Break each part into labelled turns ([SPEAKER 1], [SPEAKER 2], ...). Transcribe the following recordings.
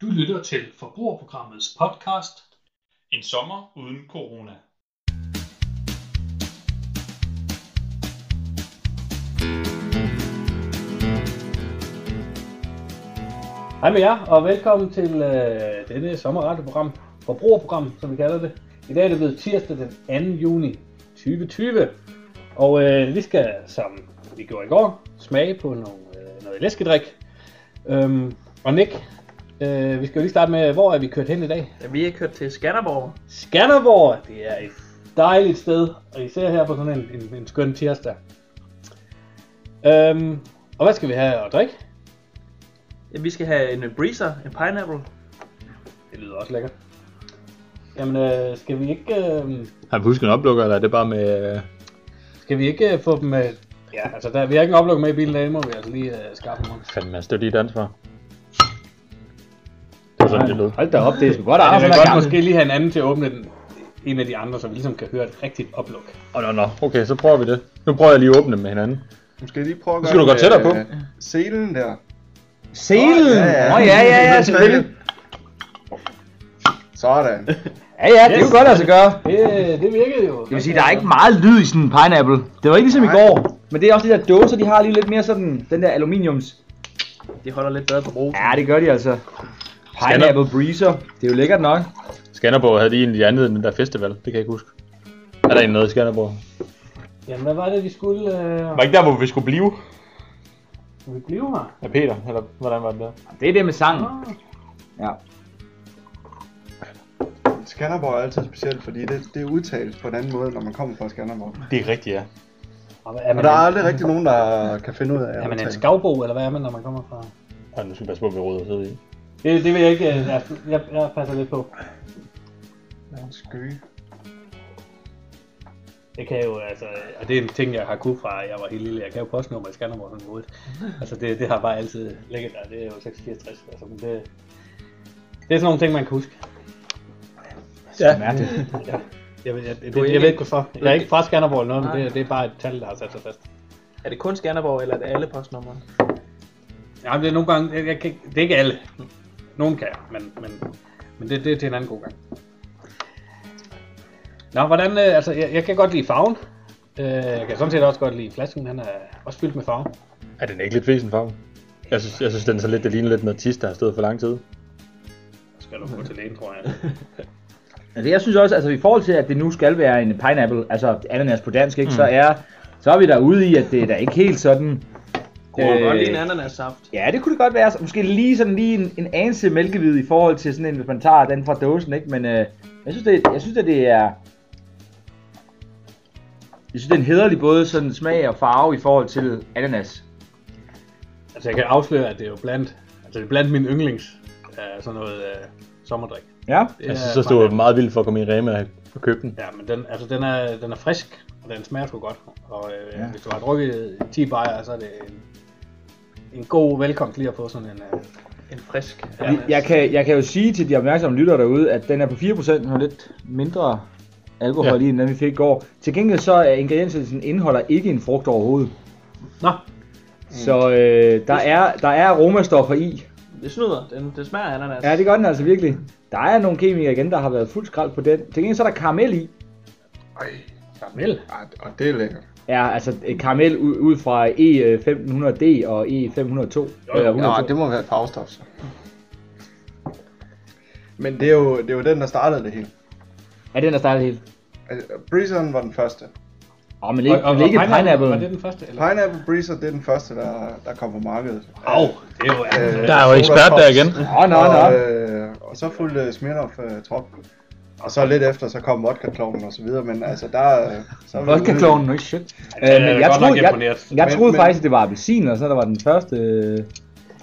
[SPEAKER 1] lytter til Forbrugerprogrammets podcast
[SPEAKER 2] En sommer uden corona.
[SPEAKER 3] Hej med jer, og velkommen til øh, dette sommerradioprogram, forbrugerprogram, som vi kalder det. I dag er det blevet tirsdag den 2. juni 2020, og øh, vi skal, som vi gjorde i går, smage på nogle, øh, noget læskedrik. Øhm, og Nick, øh, vi skal jo lige starte med, hvor er vi kørt hen i dag?
[SPEAKER 4] Jamen, vi er kørt til Skanderborg.
[SPEAKER 3] Skanderborg, det er et dejligt sted, og især her på sådan en, en, en skøn tirsdag. Øhm, og hvad skal vi have at drikke?
[SPEAKER 4] Jamen, vi skal have en øh, breezer, en pineapple.
[SPEAKER 3] Det lyder også lækkert. Jamen, øh, skal vi ikke... Øh,
[SPEAKER 5] Har vi husket en oplukker, eller er det bare med... øh,
[SPEAKER 3] Skal vi ikke øh, få dem med... Ja, altså, der, vi har ikke en oplukker med i bilen, der må vi altså lige øh, skaffe dem.
[SPEAKER 5] Fanden, altså, det er lige dansk for. Det var sådan, det lød.
[SPEAKER 6] Hold da op, det er sgu godt
[SPEAKER 3] Ja, vi
[SPEAKER 6] arbejde.
[SPEAKER 3] kan
[SPEAKER 6] Ja,
[SPEAKER 3] godt
[SPEAKER 6] måske.
[SPEAKER 3] måske lige have en anden til at åbne den. En af de andre, så vi ligesom kan høre et rigtigt opluk.
[SPEAKER 5] Åh, nå, nå. Okay, så prøver vi det. Nu prøver jeg lige at åbne dem med hinanden.
[SPEAKER 7] Nu skal jeg lige prøve
[SPEAKER 5] Nu
[SPEAKER 7] at gøre
[SPEAKER 5] skal du gå
[SPEAKER 7] det
[SPEAKER 5] tættere
[SPEAKER 7] med, øh, Selen der.
[SPEAKER 6] Selen! Mm. Åh, ja, ja. Oh, ja, ja, ja, selvfølgelig.
[SPEAKER 7] Sådan.
[SPEAKER 6] Ja, ja, det er jo godt at altså gøre.
[SPEAKER 3] Det, det virkede jo.
[SPEAKER 6] Jeg vil sige, der er ikke meget lyd i sådan en pineapple. Det var ikke ligesom i
[SPEAKER 7] Nej.
[SPEAKER 6] går. Men det er også de der dåser, de har lige lidt mere sådan, den der aluminiums.
[SPEAKER 4] De holder lidt bedre på brug.
[SPEAKER 6] Ja, det gør de altså. Pineapple breezer. Det er jo lækkert nok.
[SPEAKER 5] Skanderborg havde de egentlig andet end den der festival. Det kan jeg ikke huske. Er der en noget i Skanderborg?
[SPEAKER 3] Jamen, hvad var det, vi skulle... Øh,
[SPEAKER 5] Var ikke der, hvor vi skulle blive?
[SPEAKER 3] skulle vi blive her?
[SPEAKER 5] Ja, Peter, eller hvordan var det der?
[SPEAKER 6] Det er det med sangen. Ja.
[SPEAKER 7] Skanderborg er altid specielt, fordi det, det udtales på en anden måde, når man kommer fra Skanderborg.
[SPEAKER 6] Mm.
[SPEAKER 5] Det er rigtigt, ja.
[SPEAKER 3] Og hvad- Er
[SPEAKER 7] Og
[SPEAKER 3] man,
[SPEAKER 7] der er
[SPEAKER 3] en,
[SPEAKER 7] aldrig rigtig nogen, der kan finde ud af at
[SPEAKER 3] er man en
[SPEAKER 7] udtale.
[SPEAKER 3] skavbo, eller hvad er man, når man kommer fra?
[SPEAKER 5] Og nu skal vi passe på, at vi råder sidde i.
[SPEAKER 3] Det, det vil jeg ikke... øh, Jeg, jeg, jeg passer lidt på.
[SPEAKER 7] en sky.
[SPEAKER 3] Det kan jo, altså, og det er en ting, jeg har kunnet fra, jeg var helt lille. Jeg kan jo postnummer i Skanderborg sådan hovedet. Altså, det, det har bare altid ligget der. Det er jo 664, altså, men det, det er sådan nogle ting, man kan huske.
[SPEAKER 5] Ja.
[SPEAKER 6] Mærkeligt.
[SPEAKER 3] Jeg, ved- jeg, jeg,
[SPEAKER 4] Du er
[SPEAKER 3] jeg, jeg
[SPEAKER 4] ikke-
[SPEAKER 3] ved ikke hvorfor. Jeg er ikke fra Skanderborg eller noget, men
[SPEAKER 4] Nej.
[SPEAKER 3] det, det er bare et tal, der har sat sig fast.
[SPEAKER 4] Er det kun Skanderborg, eller er det alle postnumre?
[SPEAKER 3] Ja, men det er nogle gange, jeg, jeg kan, ikke- det er ikke alle. Nogen kan, men, men, men det, det er til en anden god gang. Nå, hvordan, øh, altså, jeg, jeg kan godt lide farven. Øh, jeg kan sådan set også godt lide flasken, han er også fyldt med farve.
[SPEAKER 5] Er den ikke lidt fesen farve? Jeg synes, jeg synes, den er så lidt, det ligner lidt noget tis, der har stået for lang tid.
[SPEAKER 3] Skal du gå til lægen, tror jeg.
[SPEAKER 6] Altså, jeg synes også, altså i forhold til, at det nu skal være en pineapple, altså ananas på dansk, ikke, så
[SPEAKER 4] Mm.
[SPEAKER 6] er, så er vi der ude i, at det er da ikke helt sådan...
[SPEAKER 4] Kunne øh... godt lige en ananassaft.
[SPEAKER 6] Ja, det kunne det godt være. Så Måske lige sådan lige en, en anelse mælkehvid i forhold til sådan en, hvis man tager den fra dåsen, ikke? Men øh, jeg synes, det, jeg synes, at det er... Jeg synes, det er en hederlig både sådan smag og farve i forhold til ananas.
[SPEAKER 3] Altså, jeg kan afsløre, at det er jo blandt, altså, det er blandt min yndlings øh, sådan noget øh, sommerdrik.
[SPEAKER 6] Ja.
[SPEAKER 3] Det
[SPEAKER 5] Altså, Jeg
[SPEAKER 3] er
[SPEAKER 5] synes også, det var meget vildt for at komme i Rema og købe den.
[SPEAKER 3] Ja, men den, altså, den, er, den er frisk, og den smager sgu godt. Og øh, ja. hvis du har drukket 10 bajer, så er det en, en god velkomst lige at få sådan en... Øh,
[SPEAKER 4] En frisk
[SPEAKER 6] Jeg, jeg, kan, jeg kan jo sige til de opmærksomme lyttere derude, at den er på 4%, den har lidt mindre alkohol ja. i, end den vi fik i går. Til gengæld så er ingrediensen indeholder ikke en frugt overhovedet.
[SPEAKER 3] Nå,
[SPEAKER 6] Så øh, der, er, der er aromastoffer i,
[SPEAKER 4] Det snyder. Den, det smager af ananas.
[SPEAKER 6] Ja, det gør den altså virkelig. Der er nogle kemikere igen, der har været fuld skrald på den. Til gengæld så er der karamel i.
[SPEAKER 7] Ej,
[SPEAKER 3] karamel.
[SPEAKER 7] ej, og det er lækkert.
[SPEAKER 6] Ja, altså øh, karamel ud, ud fra E1500D og E502. Eller
[SPEAKER 7] Nå,
[SPEAKER 6] 102.
[SPEAKER 7] det må være et farvestof, så. Men det er, jo, det er jo den, der startede det hele.
[SPEAKER 6] Er den der startede helt?
[SPEAKER 7] Altså, Breezeren var den første.
[SPEAKER 6] Åh, oh, men ikke, men ikke
[SPEAKER 3] Var
[SPEAKER 6] pineapple.
[SPEAKER 3] det den første? Eller?
[SPEAKER 7] Pineapple Breezer, det er den første, der, der kom på markedet.
[SPEAKER 3] Au, det er jo... Altså,
[SPEAKER 7] Øh,
[SPEAKER 5] Der er jo
[SPEAKER 7] Soda
[SPEAKER 5] ekspert der
[SPEAKER 7] Pops.
[SPEAKER 5] igen.
[SPEAKER 6] Åh, nå, nå.
[SPEAKER 7] Og, øh, og så fulgte Smirnoff øh, trop. Og så lidt efter, så kom vodka og så videre, men altså der... Øh, så er vi ude i-
[SPEAKER 6] Vodka-klonen, no shit. Øh,
[SPEAKER 3] er
[SPEAKER 6] men
[SPEAKER 3] da
[SPEAKER 6] jeg
[SPEAKER 3] godt nok
[SPEAKER 6] troede, jeg,
[SPEAKER 3] imponeret.
[SPEAKER 6] jeg
[SPEAKER 7] Men-
[SPEAKER 6] troede
[SPEAKER 7] men-
[SPEAKER 6] faktisk, at det var appelsin, og så der var den første... øh,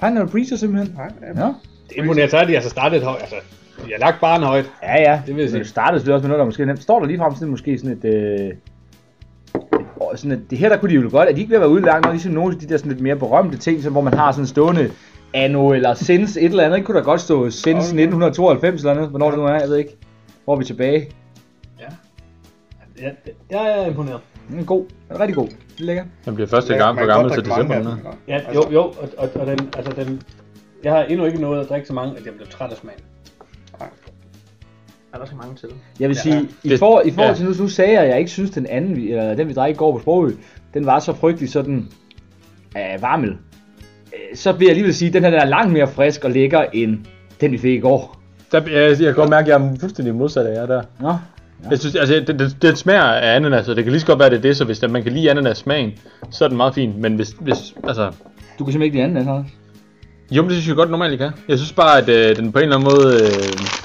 [SPEAKER 6] Pineapple Breezer simpelthen.
[SPEAKER 7] Nej, ja.
[SPEAKER 6] Ja,
[SPEAKER 3] det er imponerende, så har de altså startet højt. Altså, de har lagt baren højt.
[SPEAKER 6] ja, ja.
[SPEAKER 3] Det vil jeg sige.
[SPEAKER 6] Men Det startede selvfølgelig også med noget, der måske er nemt. Står der ligefrem sådan måske sådan et... Øh, et- åh, sådan et, det her der kunne de jo godt, at de ikke vil være ude langt nok, ligesom nogle af de der sådan lidt mere berømte ting, som, hvor man har sådan stående anno eller since et eller andet, ikke kunne der godt stå since 1992 eller andet, hvornår det nu er, jeg ved ikke. Hvor er vi tilbage?
[SPEAKER 3] Ja, det- jeg er imponeret.
[SPEAKER 6] Den er god, den er rigtig god, det er lækker.
[SPEAKER 5] Den bliver første
[SPEAKER 7] Ja,
[SPEAKER 5] gang
[SPEAKER 7] man
[SPEAKER 5] for
[SPEAKER 7] kan
[SPEAKER 5] gammel
[SPEAKER 7] godt
[SPEAKER 5] til
[SPEAKER 7] drikke mange
[SPEAKER 5] december.
[SPEAKER 7] af altså,
[SPEAKER 5] den her.
[SPEAKER 7] dem, og-
[SPEAKER 3] Ja,
[SPEAKER 7] Altså-
[SPEAKER 3] jo, jo, og, og, og den, altså den, Jeg har endnu ikke nået at drikke så mange, at jeg blev træt af smagen.
[SPEAKER 4] Ja, der skal mange til.
[SPEAKER 6] Jeg vil sige, i,
[SPEAKER 5] Det-
[SPEAKER 6] for, i forhold
[SPEAKER 5] ja.
[SPEAKER 6] til nu, nu sagde jeg, at jeg ikke synes, den anden, vi- eller den vi drak i går på Sprogø, den var så frygtelig sådan øh, varmel. Øh, Så vil jeg alligevel sige, at den her den er langt mere frisk og lækker end den, vi fik i går.
[SPEAKER 5] Der, jeg, jeg kan godt mærke, at jeg er fuldstændig modsat af jer der.
[SPEAKER 6] Nå,
[SPEAKER 5] Jeg synes, altså, det, det, det smager af ananas, og det kan lige så godt være, det er det, så hvis man kan lide ananas-smagen, så er den meget fin. Men hvis, hvis altså,
[SPEAKER 6] du kan simpelthen ikke lide anden, altså.
[SPEAKER 5] Jo, men det synes jeg godt normalt, I kan. Jeg synes bare, at øh, den på en eller anden måde, øh,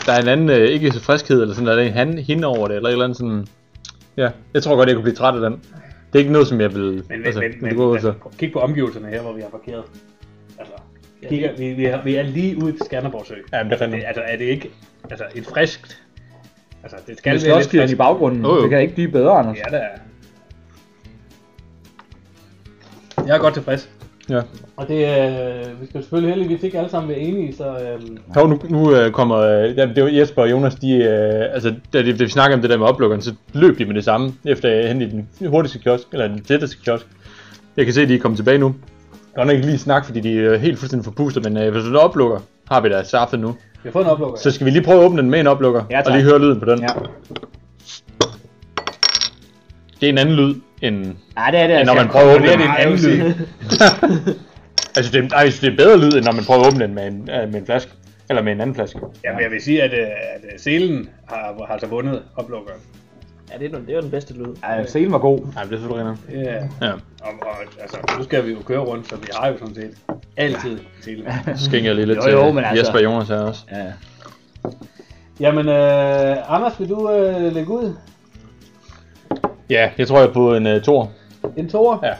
[SPEAKER 5] der er en anden øh, ikke så friskhed, eller sådan, der er en han, hende over det, eller et eller andet sådan... Ja, jeg tror godt, jeg kunne blive træt af den. Det er ikke noget, som jeg vil...
[SPEAKER 3] Men, men, altså, men,
[SPEAKER 5] det
[SPEAKER 3] men,
[SPEAKER 5] går
[SPEAKER 3] men
[SPEAKER 5] så.
[SPEAKER 3] altså, kig på omgivelserne her, hvor vi har parkeret. Altså, kigger, vi, vi, er, vi er lige ude til Skanderborg Sø.
[SPEAKER 5] Ja, men det
[SPEAKER 3] Det,
[SPEAKER 5] er fandme.
[SPEAKER 3] altså, er det ikke altså, et friskt... Altså, det skal
[SPEAKER 6] Det er
[SPEAKER 3] være lidt
[SPEAKER 6] slåskilden i
[SPEAKER 3] friskt.
[SPEAKER 6] baggrunden.
[SPEAKER 5] Jo, jo.
[SPEAKER 6] Det kan ikke blive bedre, Anders.
[SPEAKER 3] Ja, det er. Jeg er godt tilfreds.
[SPEAKER 5] Ja.
[SPEAKER 3] Og det, øh, vi skal selvfølgelig heldigvis ikke alle sammen være enige, så... Øh,
[SPEAKER 5] Hov, nu, nu øh, kommer... Øh, ja, det var Jesper og Jonas, de... Øh, altså, da, de, da vi snakkede om det der med oplukkeren, så løb de med det samme, efter jeg hen i den hurtigste kiosk, eller den tætteste kiosk. Jeg kan se, at de er kommet tilbage nu. Jeg kan ikke lige snakke, fordi de er helt fuldstændig forpustet, men øh, hvis du oplukker, har vi da saffet nu.
[SPEAKER 3] vi har fået en oplukker.
[SPEAKER 5] Så skal vi lige prøve at åbne den med en oplukker,
[SPEAKER 6] Ja, tak.
[SPEAKER 5] og lige høre lyden på den.
[SPEAKER 6] Ja.
[SPEAKER 5] Det er en anden lyd, end
[SPEAKER 6] Nej, det er det
[SPEAKER 5] Ja,
[SPEAKER 6] altså.
[SPEAKER 5] når man prøver at åbne
[SPEAKER 6] Det er
[SPEAKER 5] den.
[SPEAKER 6] en anden
[SPEAKER 5] Ej, jeg
[SPEAKER 6] lyd.
[SPEAKER 5] Altså, det, ej, jeg synes, det er bedre lyd, end når man prøver at åbne den med en, øh, med en flaske. Eller med en anden flaske.
[SPEAKER 3] Ja, men jeg vil sige, at, øh, at øh, selen har, har altså vundet oplukkeren.
[SPEAKER 4] Ja, det er, den- det er jo den bedste lyd.
[SPEAKER 6] Ej, selen var god.
[SPEAKER 5] Nej, det er selvfølgelig rigtigt.
[SPEAKER 3] Ja.
[SPEAKER 5] Ja,
[SPEAKER 3] Og, og, altså, nu skal vi jo køre rundt, så vi har jo sådan set altid selen.
[SPEAKER 5] så skænker jeg lige lidt
[SPEAKER 6] Jo,
[SPEAKER 5] til
[SPEAKER 6] jo, men altså-
[SPEAKER 5] Jesper og Jonas her også.
[SPEAKER 6] Ja.
[SPEAKER 3] Jamen, øh, Anders, vil du øh, lægge ud
[SPEAKER 5] Ja, jeg tror, jeg er på en uh, tor.
[SPEAKER 3] en toer?
[SPEAKER 5] Ja.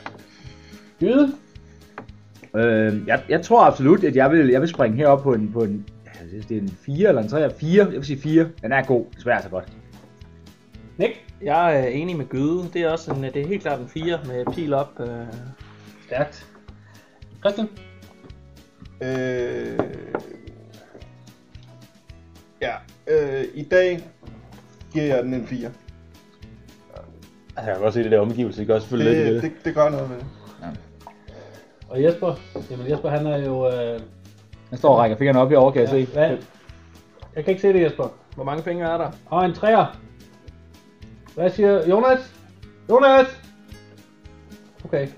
[SPEAKER 3] Jyde?
[SPEAKER 6] Øh, jeg, jeg tror absolut, at jeg vil, jeg vil springe herop på en, på en, jeg synes, det er en 4 eller en 3, 4, jeg vil sige 4. Den er god, den smager så godt.
[SPEAKER 3] Nick?
[SPEAKER 4] Jeg er enig med Gyde. Det er, også en, det er helt klart en 4 med pil op. Øh,
[SPEAKER 3] Stærkt. Christian?
[SPEAKER 7] Øh, ja, øh, i dag giver jeg den en 4.
[SPEAKER 5] Altså, jeg kan godt se det der omgivelse, det gør selvfølgelig lidt i
[SPEAKER 7] Det,
[SPEAKER 5] det.
[SPEAKER 7] det, det gør noget med det.
[SPEAKER 3] Og Jesper? Jamen, Jesper han er jo... Øh, altså,
[SPEAKER 6] Den står og rækker fingrene op herovre, kan jeg se.
[SPEAKER 3] hvad? Jeg kan ikke se det, Jesper.
[SPEAKER 4] hvor mange fingre er der?
[SPEAKER 3] Og en træer. Hvad siger Jonas? Jonas! Okay.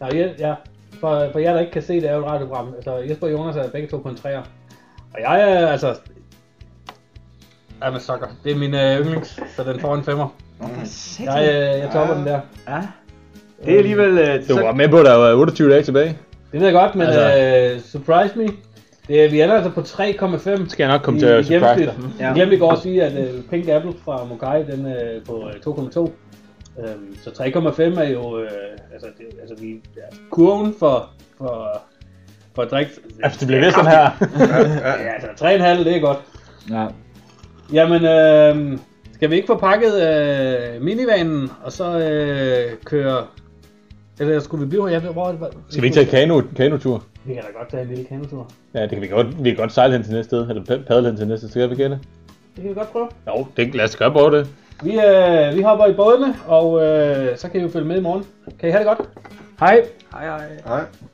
[SPEAKER 3] Nå, ja, ja. For, for jer, der ikke kan se, det er jo et radioprogram. Altså, Jesper og Jonas er begge to på en træer. Og jeg er altså... Jamen, sukker. Det er min øh, yndlings, så den får en femmer. Jeg, øh, jeg topper den der.
[SPEAKER 6] Ja. Det er alligevel... Øh,
[SPEAKER 5] Du
[SPEAKER 6] så,
[SPEAKER 5] var med på, at der var 28 dage tilbage.
[SPEAKER 3] Det ved jeg godt, men
[SPEAKER 5] Altså-
[SPEAKER 3] øh, surprise me. Det, er- vi ender altså på 3,5.
[SPEAKER 5] Så skal jeg nok komme
[SPEAKER 3] i,
[SPEAKER 5] til
[SPEAKER 3] i
[SPEAKER 5] at surprise
[SPEAKER 3] gennemsnit.
[SPEAKER 5] dig.
[SPEAKER 6] Ja.
[SPEAKER 3] Jeg glemte i går at sige, at øh, Pink Apple fra Mokai, den er på øh, 2,2. Øhm, så 3,5 er jo, øh, altså, det, altså vi, ja, kurven for, for, for drik.
[SPEAKER 5] Altså, det bliver ved sådan her.
[SPEAKER 3] Ja, altså 3,5, det er godt.
[SPEAKER 6] ja.
[SPEAKER 3] Jamen, øh, skal vi ikke få pakket øh, minivanen, og så øh, køre... Eller skulle vi blive her? Jeg ved, hvor, hvor,
[SPEAKER 5] Skal vi ikke tage kano, kanotur?
[SPEAKER 3] Vi kan da godt tage en lille kanotur.
[SPEAKER 5] Ja, det kan vi godt, vi kan godt sejle hen til næste sted, eller pa- padle hen til næste sted, vi kende.
[SPEAKER 3] Det kan vi godt prøve.
[SPEAKER 5] Jo, det, lad os gøre på det.
[SPEAKER 3] Vi, øh, vi hopper i bådene, og øh, så kan I jo følge med i morgen. Kan I have det godt?
[SPEAKER 6] Hej.
[SPEAKER 4] Hej, hej.
[SPEAKER 7] Nej.